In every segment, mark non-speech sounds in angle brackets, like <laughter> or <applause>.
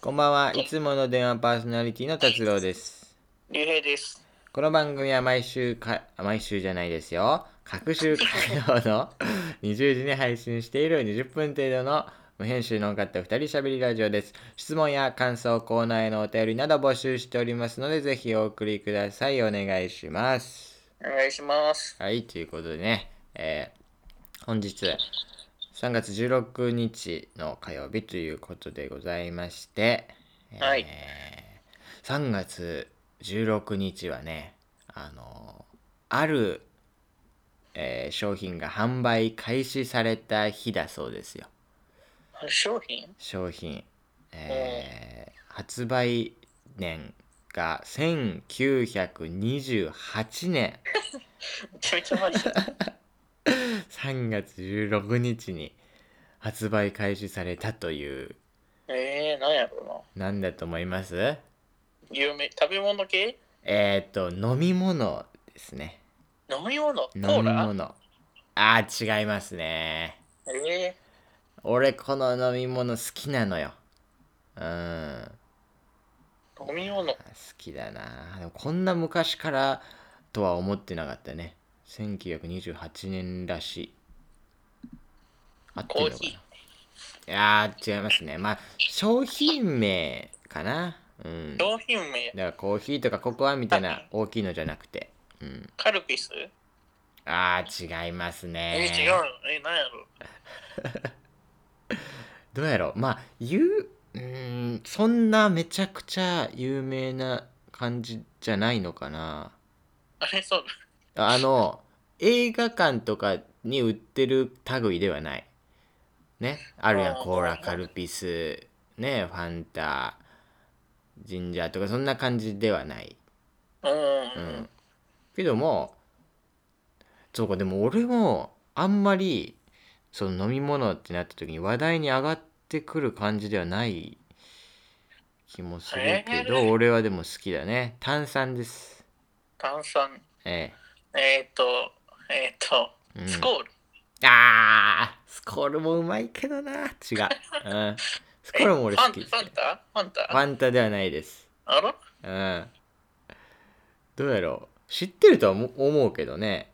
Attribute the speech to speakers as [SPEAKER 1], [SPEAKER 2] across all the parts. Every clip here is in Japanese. [SPEAKER 1] こんばんは。いつもの電話パーソナリティの達郎です。
[SPEAKER 2] 竜兵です。
[SPEAKER 1] この番組は毎週か、毎週じゃないですよ。各週火曜の20時に配信している20分程度の無編集の方2人喋りラジオです。質問や感想、コーナーへのお便りなど募集しておりますので、ぜひお送りください。お願いします。
[SPEAKER 2] お願いします。
[SPEAKER 1] はい、ということでね、えー本日3月16日の火曜日ということでございまして、
[SPEAKER 2] はい
[SPEAKER 1] えー3月16日はね、あのある、えー商品が販売開始された日だそうですよ。
[SPEAKER 2] 商品
[SPEAKER 1] 商品、えー発売年が1928年。
[SPEAKER 2] めちゃめちゃマジ
[SPEAKER 1] <laughs>
[SPEAKER 2] だ。
[SPEAKER 1] 3月16日に発売開始されたという
[SPEAKER 2] えー、なんやろ
[SPEAKER 1] 何だと思います
[SPEAKER 2] うな。有名、食べ物系
[SPEAKER 1] えっ、と飲み物ですね
[SPEAKER 2] 飲み物コ
[SPEAKER 1] 飲み
[SPEAKER 2] ーラ
[SPEAKER 1] 物あー違いますね
[SPEAKER 2] え
[SPEAKER 1] 俺この飲み物好きなのようん
[SPEAKER 2] ー、飲み物。
[SPEAKER 1] 好きだなでもこんな昔からとは思ってなかったね1928年らしいあってんのかな
[SPEAKER 2] コーヒ
[SPEAKER 1] いやー違いますねまあ商品名かなうんだか
[SPEAKER 2] 商品名、
[SPEAKER 1] らコーヒーとかココアみたいな大きいのじゃなくてうん
[SPEAKER 2] カルピス
[SPEAKER 1] あー違います
[SPEAKER 2] えー、
[SPEAKER 1] ね
[SPEAKER 2] 違うのえー、なんやろ
[SPEAKER 1] どうやろうまあ言ううーんそんなめちゃくちゃ有名な感じじゃないのかな
[SPEAKER 2] あれ、そう
[SPEAKER 1] あの映画館とかに売ってる類ではない。ね。あるやん、
[SPEAKER 2] うん
[SPEAKER 1] コーラ、カルピス、ね、ファンタ、ジンジャーとかそんな感じではない。
[SPEAKER 2] だ。う
[SPEAKER 1] う
[SPEAKER 2] ーん
[SPEAKER 1] ん。。けども、そうか、でも俺もあんまりその飲み物ってなった時に話題に上がってくる感じではない気もするけど、
[SPEAKER 2] えー
[SPEAKER 1] 俺はでも好きだね。炭酸です。
[SPEAKER 2] 炭酸。
[SPEAKER 1] え
[SPEAKER 2] えっ、ー、と、えっ、ー、と、
[SPEAKER 1] え。うん
[SPEAKER 2] スコール。
[SPEAKER 1] あースコールもうまいけどな違う、うん、スコールも俺好き
[SPEAKER 2] え
[SPEAKER 1] で
[SPEAKER 2] フ
[SPEAKER 1] す
[SPEAKER 2] ァンファンタファン
[SPEAKER 1] フ
[SPEAKER 2] タ
[SPEAKER 1] ァンタではないです
[SPEAKER 2] あら
[SPEAKER 1] うんどうやろう知ってるとは思思うけどね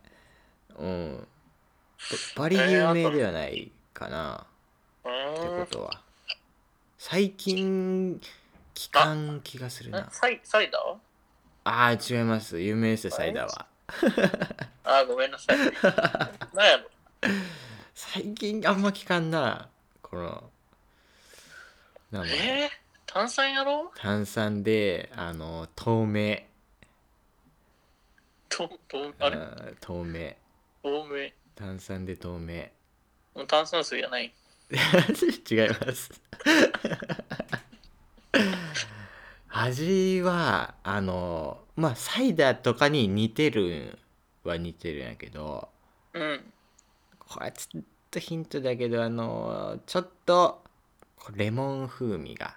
[SPEAKER 1] うんバリ有名ではないかな、
[SPEAKER 2] う
[SPEAKER 1] って
[SPEAKER 2] ー
[SPEAKER 1] こ
[SPEAKER 2] ん。
[SPEAKER 1] とは最近聞かん気がする
[SPEAKER 2] え
[SPEAKER 1] な
[SPEAKER 2] サイサイダー
[SPEAKER 1] あー違います有名ですよサイダーは
[SPEAKER 2] あー、ごめん
[SPEAKER 1] <laughs>
[SPEAKER 2] なさい。なんやろ
[SPEAKER 1] 最近あんま聞かんなこの名前
[SPEAKER 2] えー、炭酸やろ
[SPEAKER 1] 炭酸であの透明
[SPEAKER 2] と、と、あれ
[SPEAKER 1] うん透明
[SPEAKER 2] 透明。
[SPEAKER 1] 炭酸で透明 <laughs>
[SPEAKER 2] もう炭酸水じゃない。
[SPEAKER 1] 違います <laughs> 味はあのまあサイダーとかに似てるは似てるんやけど
[SPEAKER 2] うん。
[SPEAKER 1] これちょっとヒントだけどあのちょっとこうレモン風味が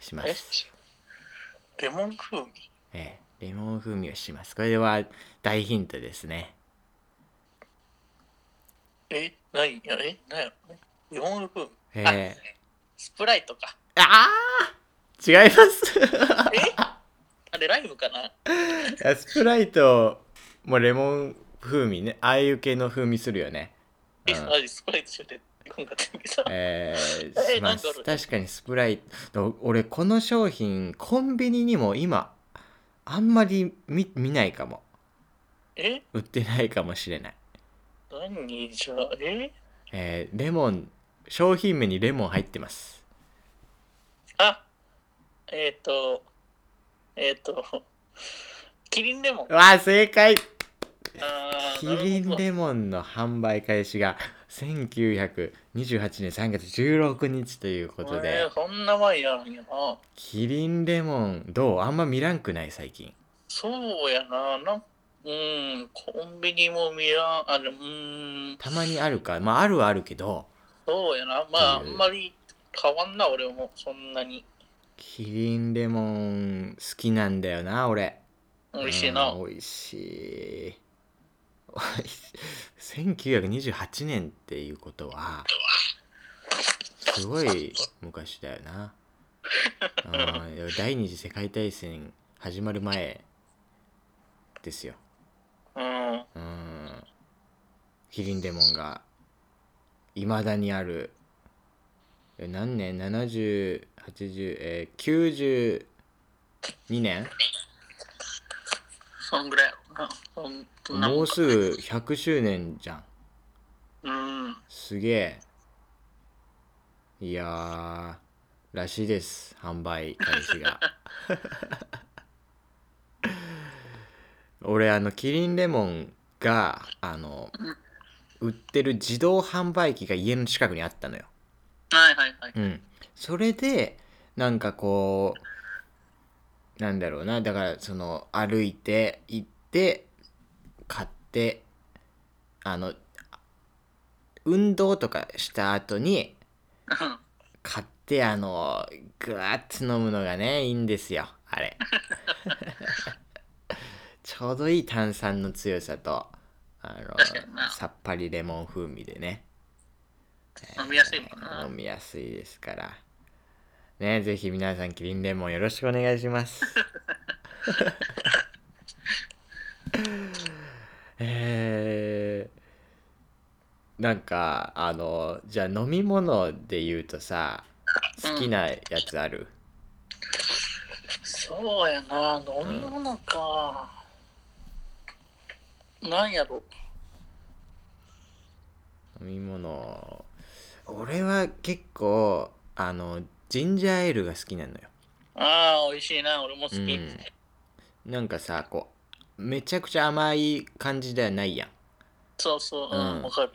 [SPEAKER 1] しま
[SPEAKER 2] え
[SPEAKER 1] す
[SPEAKER 2] レモン風味
[SPEAKER 1] ええレモン風味がしますこれは大ヒントですね
[SPEAKER 2] え、ないや、え、なんやろレモン風味
[SPEAKER 1] え
[SPEAKER 2] あ
[SPEAKER 1] え
[SPEAKER 2] スプライトか。
[SPEAKER 1] ああ違います
[SPEAKER 2] えあれ、ライムかな
[SPEAKER 1] スプライトもレモン風味ねああいう系の風味するよね、う
[SPEAKER 2] え、
[SPEAKER 1] ん
[SPEAKER 2] マジスプライトしようって今回言って
[SPEAKER 1] <laughs>
[SPEAKER 2] た。
[SPEAKER 1] えー
[SPEAKER 2] え
[SPEAKER 1] しま
[SPEAKER 2] なん
[SPEAKER 1] す
[SPEAKER 2] だろう
[SPEAKER 1] 確かにスプライト俺この商品コンビニにも今あんまり見見ないかも
[SPEAKER 2] え、
[SPEAKER 1] 売ってないかもしれない、
[SPEAKER 2] 何じゃあ、え
[SPEAKER 1] えーレモン商品名にレモン入ってます
[SPEAKER 2] あ、えっ、と、えっ、と、キリンレモン。
[SPEAKER 1] わあ正解
[SPEAKER 2] あー
[SPEAKER 1] キリンレモンの販売開始が1928年3月16日というこ
[SPEAKER 2] なる
[SPEAKER 1] と
[SPEAKER 2] ほど
[SPEAKER 1] で、
[SPEAKER 2] えー、そんな前やんやな。
[SPEAKER 1] キリンレモンどうあんま見らんくない最近
[SPEAKER 2] そうやな。なんうん、コンビニも見らん、あれ、うん、
[SPEAKER 1] たまにあるかまああるはあるけど
[SPEAKER 2] そうやな。まあ、あ
[SPEAKER 1] うん
[SPEAKER 2] んまり変わんな、俺も、そんなに。
[SPEAKER 1] キリンレモン好きなんだよな俺
[SPEAKER 2] 美味しいな。
[SPEAKER 1] うん美味しい <laughs> 美味しい1928年っていうことはすごい昔だよな。うん <laughs> いや第二次世界大戦始まる前ですよ。
[SPEAKER 2] うん。
[SPEAKER 1] うん。キリンデモンがいまだにある。え何年 ?70、80、えー、92年
[SPEAKER 2] そんぐらいやろな。そんそんな
[SPEAKER 1] も
[SPEAKER 2] も
[SPEAKER 1] うすぐ100周年じゃん。
[SPEAKER 2] ん。うん。
[SPEAKER 1] すげえ。いやー、らしいです。販売開始が。俺、あの、キリンレモンが、あの、売ってる自動販売機が家の近くにあったのよ。
[SPEAKER 2] はいはいはい。
[SPEAKER 1] うん。それで、なんかこう、なんだろうな、だから、その、歩いて、行って、買って、あの、運動とかした後に、
[SPEAKER 2] うん
[SPEAKER 1] 買って、あの、ぐわーって飲むのがね、いいんですよ、あれ。 <laughs> ちょうどいい炭酸の強さと、あ
[SPEAKER 2] 確かに
[SPEAKER 1] の、
[SPEAKER 2] な
[SPEAKER 1] さっぱりレモン風味でね。
[SPEAKER 2] 飲みやすいもんな。
[SPEAKER 1] 飲みやすいですから。ね、ぜひ皆さん、キリンレモンよろしくお願いします。 <laughs> えー、なんか、あの、じゃあ飲み物で言うとさ、好きなやつある、
[SPEAKER 2] そうやな。飲み物か。なんやろ。
[SPEAKER 1] 飲み物。俺は結構、あの、ジンジャーエールが好きなのよ。
[SPEAKER 2] ああ、美味しいな。俺も好き。
[SPEAKER 1] うん、なんかさこうめちゃくちゃ甘い感じではないやん
[SPEAKER 2] そうそう。う
[SPEAKER 1] うん
[SPEAKER 2] ん。わかる。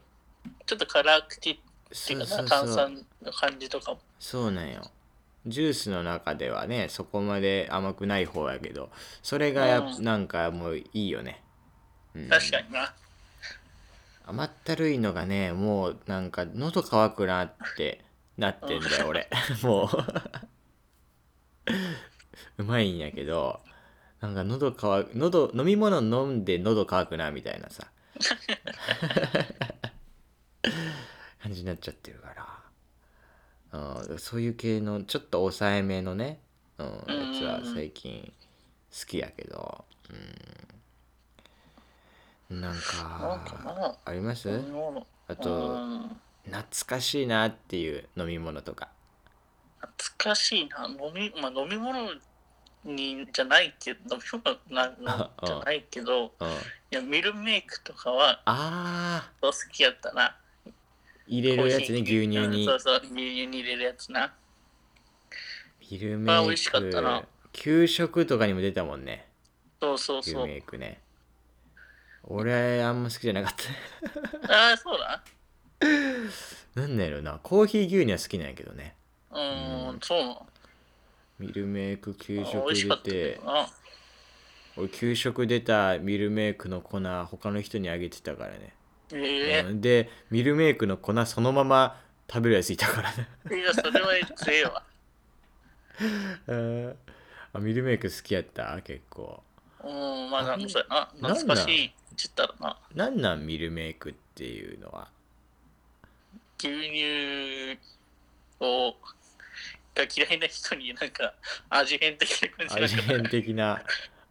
[SPEAKER 2] ちょっと辛口って
[SPEAKER 1] そ
[SPEAKER 2] い
[SPEAKER 1] う
[SPEAKER 2] うか
[SPEAKER 1] そ
[SPEAKER 2] な。
[SPEAKER 1] う
[SPEAKER 2] 炭
[SPEAKER 1] そう
[SPEAKER 2] 酸の感じとかも。
[SPEAKER 1] そうなんよジュースの中ではねそこまで甘くない方やけどそれがや、
[SPEAKER 2] うん
[SPEAKER 1] なんかもういいよね、うん
[SPEAKER 2] 確かにな。
[SPEAKER 1] 甘ったるいのがねもうなんか喉乾くなってなってんだよ <laughs> 俺もううまいんやけどなんか喉乾く喉飲み物飲んで喉乾くなみたいな <laughs> さ感じになっちゃってるから、うん、そういう系のちょっと抑えめのね、うん、やつは最近好きやけど、うん、なん
[SPEAKER 2] なん
[SPEAKER 1] か
[SPEAKER 2] かな。
[SPEAKER 1] あります
[SPEAKER 2] 飲み物。
[SPEAKER 1] あ
[SPEAKER 2] う
[SPEAKER 1] と
[SPEAKER 2] ん
[SPEAKER 1] 懐かしいなっていう飲み物とか
[SPEAKER 2] 懐かしいな飲み,、まあ、飲み物にじゃないけど飲み物
[SPEAKER 1] <laughs>
[SPEAKER 2] な
[SPEAKER 1] うん
[SPEAKER 2] じゃないけ
[SPEAKER 1] うん
[SPEAKER 2] どいやミルメイクとかは
[SPEAKER 1] あ
[SPEAKER 2] 好きやったな
[SPEAKER 1] ー入れるやつね
[SPEAKER 2] コーヒー
[SPEAKER 1] 牛乳
[SPEAKER 2] うん
[SPEAKER 1] に
[SPEAKER 2] そうそう牛乳に入れるやつな
[SPEAKER 1] ミルメ
[SPEAKER 2] あー美
[SPEAKER 1] イ
[SPEAKER 2] 味しかったな
[SPEAKER 1] ク給食とかにも出たもんね
[SPEAKER 2] そうそう
[SPEAKER 1] 牛
[SPEAKER 2] そう
[SPEAKER 1] メイクね俺あんま好きじゃなかっ
[SPEAKER 2] ああそうだ
[SPEAKER 1] た <laughs> なんだろうなコーヒー牛乳は好きなんやけどね
[SPEAKER 2] うーん、
[SPEAKER 1] うん
[SPEAKER 2] そうなの
[SPEAKER 1] ミルメイク給
[SPEAKER 2] あ美
[SPEAKER 1] 食
[SPEAKER 2] 味しか
[SPEAKER 1] 出
[SPEAKER 2] ったけ
[SPEAKER 1] て
[SPEAKER 2] どな
[SPEAKER 1] 俺給食出たミルメイクの粉他の人にあげてたからね、
[SPEAKER 2] え
[SPEAKER 1] うんでミルメイクの粉そのまま食べるやついたからね
[SPEAKER 2] えいやそれは強いわ
[SPEAKER 1] え <laughs> ーあミルメイク好きやった結構
[SPEAKER 2] うんまあなんそうや
[SPEAKER 1] な
[SPEAKER 2] な
[SPEAKER 1] ん
[SPEAKER 2] 懐かしいって言ったらな
[SPEAKER 1] なんなんミルメイクっていうのは
[SPEAKER 2] 牛乳をが嫌いな人になんか味変的な感じ
[SPEAKER 1] 味
[SPEAKER 2] だから
[SPEAKER 1] 変的な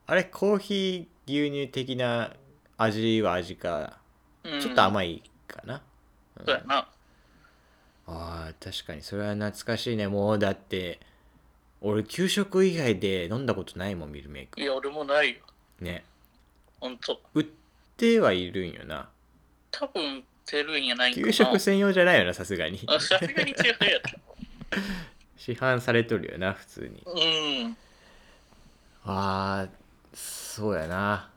[SPEAKER 1] あれコーヒー牛乳的な味は味かちょっと
[SPEAKER 2] い、
[SPEAKER 1] 甘いかな、
[SPEAKER 2] うん、そうやな
[SPEAKER 1] あー確かにそれは懐かしいねもうだって俺給食以外で飲んだことないもんミルメイク
[SPEAKER 2] いや俺もないよ
[SPEAKER 1] ね
[SPEAKER 2] ほんと
[SPEAKER 1] 売ってはいるんよな
[SPEAKER 2] 多分売ってるんやないんかな
[SPEAKER 1] 給食専用じゃないよなさすがに
[SPEAKER 2] あさすがに違うやつ
[SPEAKER 1] 市販されとるよな普通に
[SPEAKER 2] うん
[SPEAKER 1] あーそうやな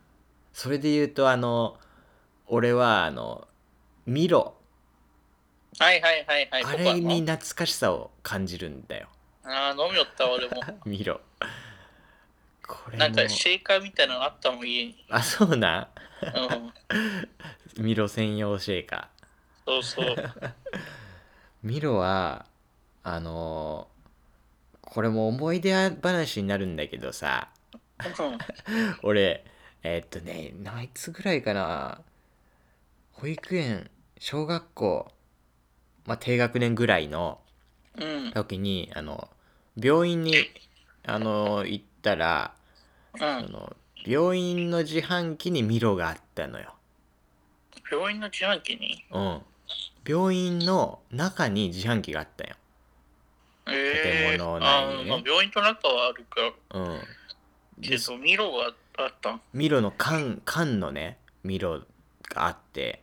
[SPEAKER 1] それで言うとあの俺はあのミロ
[SPEAKER 2] はいはいはいはい
[SPEAKER 1] あれに
[SPEAKER 2] ここ
[SPEAKER 1] 懐かしさを感じるんだよ
[SPEAKER 2] あのあー飲みよっ
[SPEAKER 1] <laughs>
[SPEAKER 2] た俺も
[SPEAKER 1] ミロこれも
[SPEAKER 2] なんかシェイカーみたいなのあったもん家に
[SPEAKER 1] あそうな
[SPEAKER 2] うん
[SPEAKER 1] んミロ専用シェイカー
[SPEAKER 2] そうそう
[SPEAKER 1] ミロはあのこれも思い出話になるんだけどさ
[SPEAKER 2] うん
[SPEAKER 1] 俺えっとねいつぐらいかな保育園小学校まあ低学年ぐらいの
[SPEAKER 2] うん
[SPEAKER 1] 時にあの病院にあの行ったら
[SPEAKER 2] う
[SPEAKER 1] あ
[SPEAKER 2] ん
[SPEAKER 1] の病院の自販機にミロがあったのよ、
[SPEAKER 2] 病院の自販機に
[SPEAKER 1] うん、病院の中に自販機があったよ、
[SPEAKER 2] ええ
[SPEAKER 1] 建
[SPEAKER 2] ー
[SPEAKER 1] 物
[SPEAKER 2] あ
[SPEAKER 1] 内にね
[SPEAKER 2] まあ病院と中はあるから
[SPEAKER 1] うん、
[SPEAKER 2] け
[SPEAKER 1] で
[SPEAKER 2] どミロがあった
[SPEAKER 1] ミロの缶缶のねミロがあって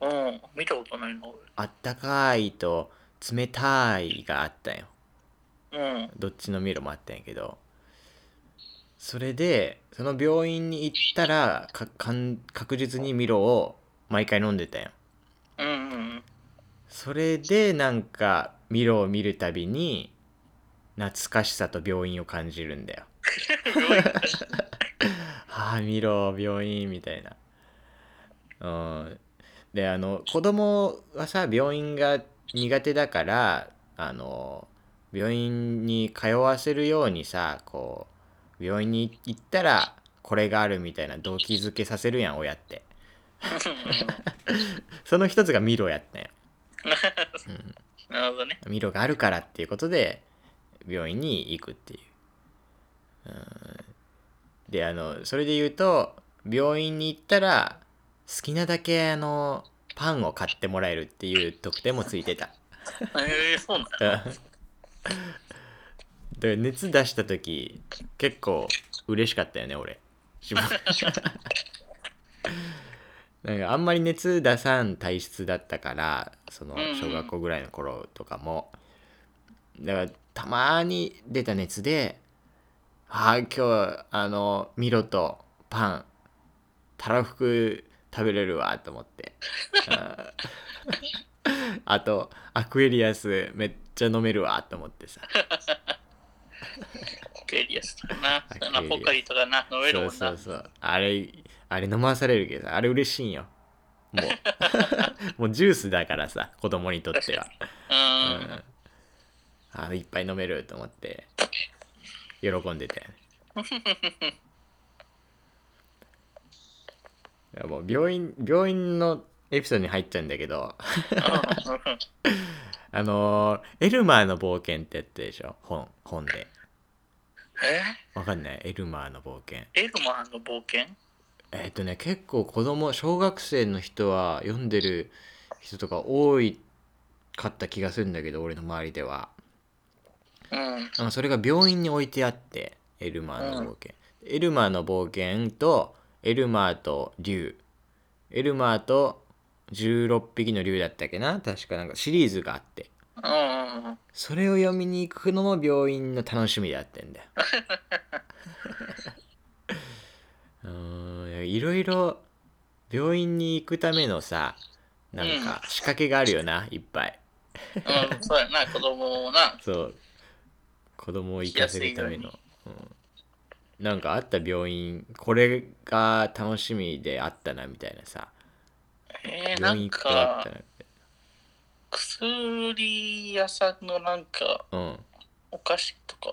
[SPEAKER 2] うん見たことないの
[SPEAKER 1] あったかいと冷たいがあったよ
[SPEAKER 2] うん
[SPEAKER 1] どっちのミロもあったんやけどそれでその病院に行ったらかかん確実にミロを毎回飲んでたよ
[SPEAKER 2] う
[SPEAKER 1] <laughs>
[SPEAKER 2] んうん
[SPEAKER 1] それでなんかミロを見るたびに懐かしさと病院を感じるんだよ
[SPEAKER 2] <laughs> 病院だ
[SPEAKER 1] はあミロ病院みたいなうんであの子供はさ病院が苦手だからあの病院に通わせるようにさこう病院に行ったらこれがあるみたいな動機づけさせるやん親ってその一つがミロやったんよ、うん
[SPEAKER 2] なるほどね
[SPEAKER 1] ミロがあるからっていうことで病院に行くっていう。うん、であのそれで言うと病院に行ったら好きなだけあのパンを買ってもらえるっていう特典もついてた。
[SPEAKER 2] ええそうなん
[SPEAKER 1] うんだから熱出した時結構嬉しかったよね俺。しば <laughs> なんかあんまり熱出さん体質だったからその
[SPEAKER 2] うんうん
[SPEAKER 1] 小学校ぐらいの頃とかもだからたまに出た熱で「ああ今日あのミロとパンたらふく食べれるわ」と思ってあーあとアクエリアスめっちゃ飲めるわと思ってさ
[SPEAKER 2] ケリアスだな
[SPEAKER 1] あ。
[SPEAKER 2] そんな
[SPEAKER 1] ケリア
[SPEAKER 2] ポ
[SPEAKER 1] ス
[SPEAKER 2] カリとかな、飲めるもんな。
[SPEAKER 1] そうそうそうあれあれ飲まされるけどあれ嬉しいんよも
[SPEAKER 2] <laughs>
[SPEAKER 1] うもうジュースだからさ子供にとっては、
[SPEAKER 2] う。
[SPEAKER 1] うんん、あいっぱい飲めると思って喜んで
[SPEAKER 2] <laughs>
[SPEAKER 1] たよねいやもう病院病院のエピソードに入っちゃうんだけどあのーエルマーの冒険」ってやったでしょ本本で
[SPEAKER 2] え
[SPEAKER 1] わかんないエルマーの冒険
[SPEAKER 2] エルマーの冒険
[SPEAKER 1] えっとね結構子供小学生の人は読んでる人とか多いかった気がするんだけど俺の周りでは
[SPEAKER 2] うん。
[SPEAKER 1] なんかそれが病院に置いてあってエルマーの冒険、エルマーの冒険とエルマーと竜エルマーと16匹の竜だったっけな確かなんかシリーズがあって
[SPEAKER 2] うんうん。
[SPEAKER 1] それを読みに行くのも病院の楽しみであって
[SPEAKER 2] <laughs>
[SPEAKER 1] んだようーんいろいろ病院に行くためのさなんか仕掛けがあるよないっぱい
[SPEAKER 2] うん、そうやな、子供もな。
[SPEAKER 1] そう子供を行かせるための、うん、なんかあった病院これが楽しみであったなみたいなさ
[SPEAKER 2] えー、な
[SPEAKER 1] 病
[SPEAKER 2] ん
[SPEAKER 1] 院行くとあった
[SPEAKER 2] か、
[SPEAKER 1] なって
[SPEAKER 2] 薬屋さんのなんか、
[SPEAKER 1] うん
[SPEAKER 2] お菓子とか、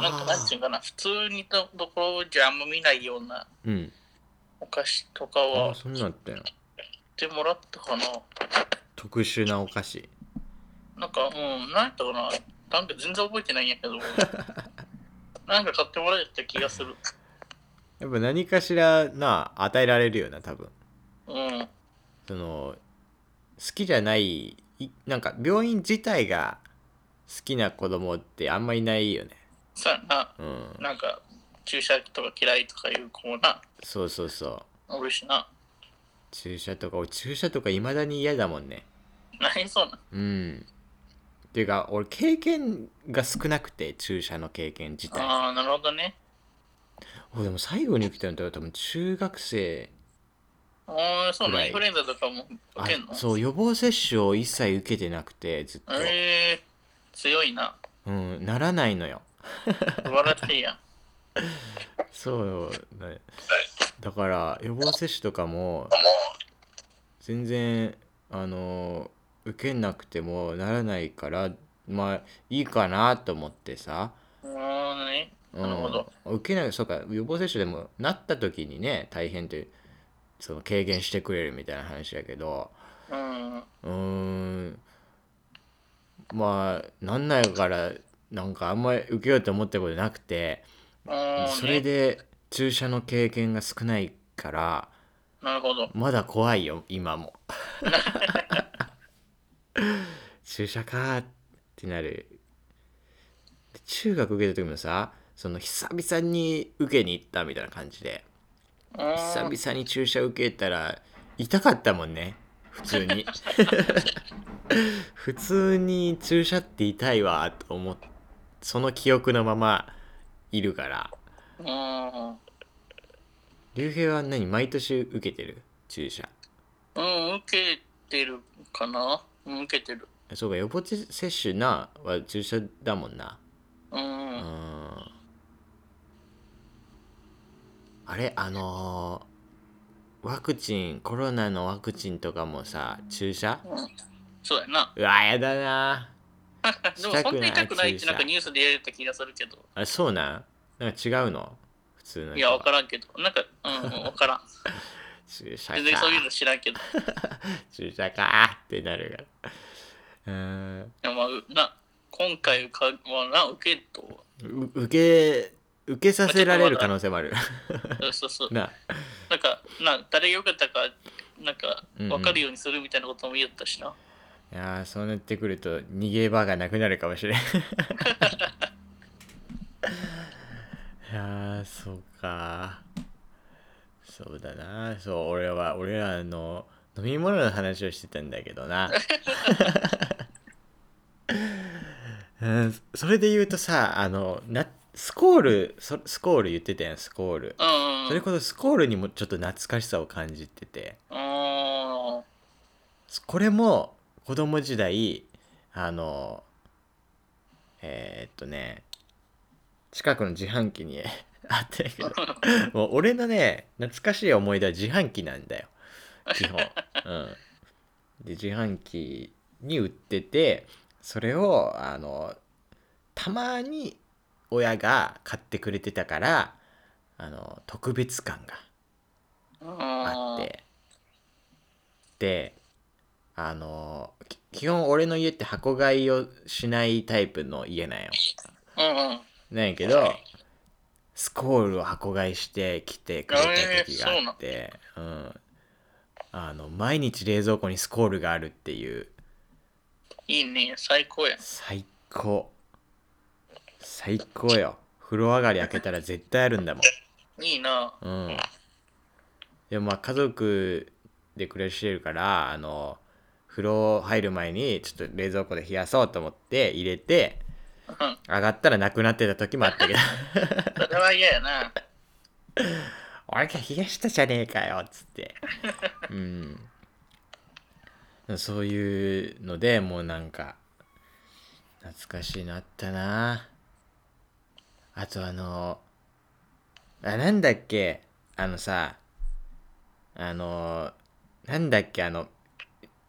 [SPEAKER 2] なんか
[SPEAKER 1] あ
[SPEAKER 2] なんて
[SPEAKER 1] あ
[SPEAKER 2] いうんかな、普通にとところじゃあんま見ないような
[SPEAKER 1] うん
[SPEAKER 2] お菓子とか
[SPEAKER 1] あ
[SPEAKER 2] は売
[SPEAKER 1] そんなんあったよ
[SPEAKER 2] ってもらったかな。
[SPEAKER 1] 特殊なお菓子
[SPEAKER 2] なんか、うん、なんやったかな。なんか全然覚えてないんやけ
[SPEAKER 1] <laughs>
[SPEAKER 2] ど。なんか買ってもらえた気がする。
[SPEAKER 1] やっぱ何かしらな与えられるよな多分
[SPEAKER 2] うん。
[SPEAKER 1] その好きじゃないいなんか病院自体が好きな子供ってあんまいないよね
[SPEAKER 2] そうやな。
[SPEAKER 1] うん
[SPEAKER 2] なんか、注射とか嫌いとかいう子もな、
[SPEAKER 1] そうそうそう
[SPEAKER 2] おるしな。
[SPEAKER 1] 注射とか俺注射とかいまだに嫌だもんね
[SPEAKER 2] ないそうな。
[SPEAKER 1] うんっていうか俺経験が少なくて注射の経験自体
[SPEAKER 2] ああ、なるほどね。
[SPEAKER 1] おでも最後に来たのは多分中学生
[SPEAKER 2] ああ、そう
[SPEAKER 1] ぐら
[SPEAKER 2] ないインフルエンザとかも
[SPEAKER 1] あ
[SPEAKER 2] 受けんの
[SPEAKER 1] そう予防接種を一切受けてなくてずっと、
[SPEAKER 2] ええ強いな。
[SPEAKER 1] うん、ならないのよ
[SPEAKER 2] 素晴らしいやん。 <laughs>
[SPEAKER 1] そうだ,、ね、だから予防接種とかも全然あの受けなくてもならないからまあいいかなと思ってさ、
[SPEAKER 2] うーん、ね。
[SPEAKER 1] うん、
[SPEAKER 2] なるほど
[SPEAKER 1] 受けないそうか予防接種でもなった時にね大変ってその軽減してくれるみたいな話だけど
[SPEAKER 2] うん。
[SPEAKER 1] うーんまあなんないからなんかあんまり受けようと思ったことなくて
[SPEAKER 2] あー
[SPEAKER 1] それ
[SPEAKER 2] ね、
[SPEAKER 1] で注射の経験が少ないから
[SPEAKER 2] なるほど。
[SPEAKER 1] まだ怖いよ今も注射かーってなるで中学受けた時もさその久々に受けに行ったみたいな感じで久
[SPEAKER 2] あー
[SPEAKER 1] 々に注射受けたら痛かったもんね普通に普通に注射って痛いわと思ってその記憶のままいるから
[SPEAKER 2] うん
[SPEAKER 1] 竜兵は何毎年受けてる注射
[SPEAKER 2] うん、受けてるかなうん受けてる。
[SPEAKER 1] そうか予防接種なは注射だもんな
[SPEAKER 2] う
[SPEAKER 1] うん
[SPEAKER 2] ん。
[SPEAKER 1] あれあのーワクチンコロナのワクチンとかもさ注射
[SPEAKER 2] そうやな。
[SPEAKER 1] うわやだな
[SPEAKER 2] でもそんな痛くないっ
[SPEAKER 1] 注射
[SPEAKER 2] てなんかニュースでやれた気がするけど。
[SPEAKER 1] あそうなんなんか違うの普通の人はい
[SPEAKER 2] や、わからんけど。なんか、うん、わからん。
[SPEAKER 1] 注射か
[SPEAKER 2] 全然そういうの知らんけど。
[SPEAKER 1] 注射かってなるからうーん
[SPEAKER 2] でもまあうな、今回かはな、受けると。
[SPEAKER 1] う受け受けさせられる可能性もある <laughs>
[SPEAKER 2] そうそうそう。
[SPEAKER 1] な
[SPEAKER 2] なんか、な、誰が受けたか、なんか
[SPEAKER 1] うんう、ん
[SPEAKER 2] わかるようにするみたいなことも言ったしな。
[SPEAKER 1] いやーそうなってくると逃げ場がなくなるかもしれん <laughs> いやーそうかそうだなそう俺は俺らの飲み物の話をしてたんだけどな <laughs> うんそれで言うとさあのなスコールそスコール言ってたやんスコール
[SPEAKER 2] うんうん。
[SPEAKER 1] それこそスコールにもちょっと懐かしさを感じてて
[SPEAKER 2] あ
[SPEAKER 1] これも子供時代あのえーっとね近くの自販機に <laughs> あったんやけど
[SPEAKER 2] ー
[SPEAKER 1] もう俺のね懐かしい思い出は自販機なんだよ基本うんで自販機に売っててそれをあのたまに親が買ってくれてたからあの特別感があ
[SPEAKER 2] あ
[SPEAKER 1] っ
[SPEAKER 2] ー。
[SPEAKER 1] てであのき基本俺の家って箱買いをしないタイプの家なんよ
[SPEAKER 2] うんうん。
[SPEAKER 1] なんやけどスコールを箱買いして来てくれた時があって、うん、あの毎日冷蔵庫にスコールがあるっていう
[SPEAKER 2] いいね、最高や。
[SPEAKER 1] 最高最高よ風呂上がり開けたら絶対あるんだもん
[SPEAKER 2] いいな。
[SPEAKER 1] うん。でもまあ家族で暮らしてるからあの風呂入る前にちょっと冷蔵庫で冷やそうと思って入れて
[SPEAKER 2] うん。
[SPEAKER 1] 上がったらなくなってた時もあったけど
[SPEAKER 2] それは嫌やな。
[SPEAKER 1] 「俺が冷やしたじゃねえかよ」っつってうんそういうのでもうなんか懐かしいのあったなあとあのあなんだっけあのさあのなんだっけあの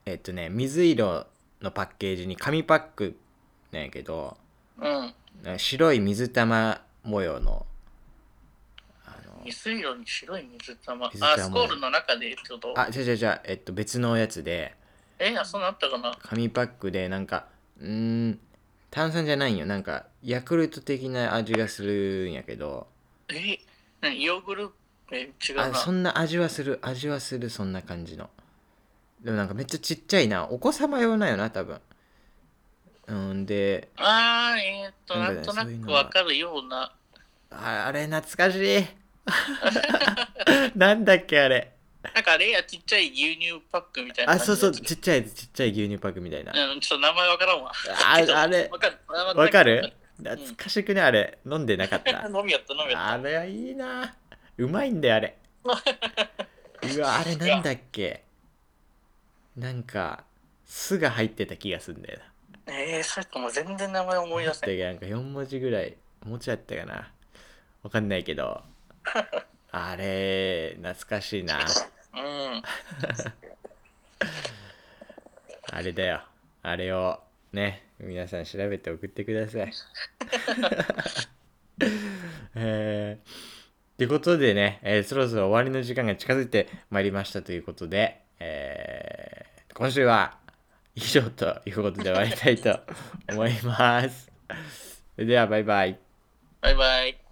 [SPEAKER 1] えっとね水色のパッケージに紙パックなんやけど
[SPEAKER 2] うん。
[SPEAKER 1] 白い水玉模様のあの
[SPEAKER 2] 水色に白い水玉。
[SPEAKER 1] 水玉
[SPEAKER 2] あ、スコールの中でってこと
[SPEAKER 1] あ、じゃじゃじゃ、えっと、別のやつで、
[SPEAKER 2] え、あ、そうなったかな
[SPEAKER 1] 紙パックで、なんか、うーん、炭酸じゃないんよ。なんか、ヤクルト的な味がするんやけど、
[SPEAKER 2] え、何ヨーグルトえ、違うな。
[SPEAKER 1] あ、そんな味はする、味はする、そんな感じの。でもなんかめっちゃちっちゃいな。お子様用なんよな、多分。うんで、
[SPEAKER 2] あー、えーっと、
[SPEAKER 1] な
[SPEAKER 2] なんん
[SPEAKER 1] か
[SPEAKER 2] と
[SPEAKER 1] ね
[SPEAKER 2] な
[SPEAKER 1] そういうの
[SPEAKER 2] く
[SPEAKER 1] が
[SPEAKER 2] わかるような。
[SPEAKER 1] ああれ、懐かしい。 <laughs> なんだっけ、あれ。
[SPEAKER 2] なんかあれや、ちっちゃい牛乳パックみたいな
[SPEAKER 1] あ、
[SPEAKER 2] 感じ
[SPEAKER 1] そ
[SPEAKER 2] の
[SPEAKER 1] う
[SPEAKER 2] やつ。
[SPEAKER 1] そう、ちっちゃいやつ、ちっちゃい牛乳パックみたいな。
[SPEAKER 2] うん、ちょっと名前わからんわ。
[SPEAKER 1] ああれ
[SPEAKER 2] わ、かる。
[SPEAKER 1] わかる懐かしくね、あれ。飲んでなかった。
[SPEAKER 2] 飲みやった、飲みやった。
[SPEAKER 1] あれはいいなうまいんだよあれ
[SPEAKER 2] <laughs>
[SPEAKER 1] うわあれなんだっけなんか酢が入ってた気がすんだよな
[SPEAKER 2] えー、それともう全然名前思い出せない。
[SPEAKER 1] だけどなんか4文字ぐらいもちやったかなわかんないけ
[SPEAKER 2] <laughs>
[SPEAKER 1] どあれ懐かしいな
[SPEAKER 2] うん。
[SPEAKER 1] あれだよあれをね皆さん調べて送ってください <laughs> えー、ってことでね、えーそろそろ終わりの時間が近づいてまいりましたということで、えー今週は以上ということ <laughs> で終わりたいと思います。それではバイバイ。
[SPEAKER 2] バイバイ。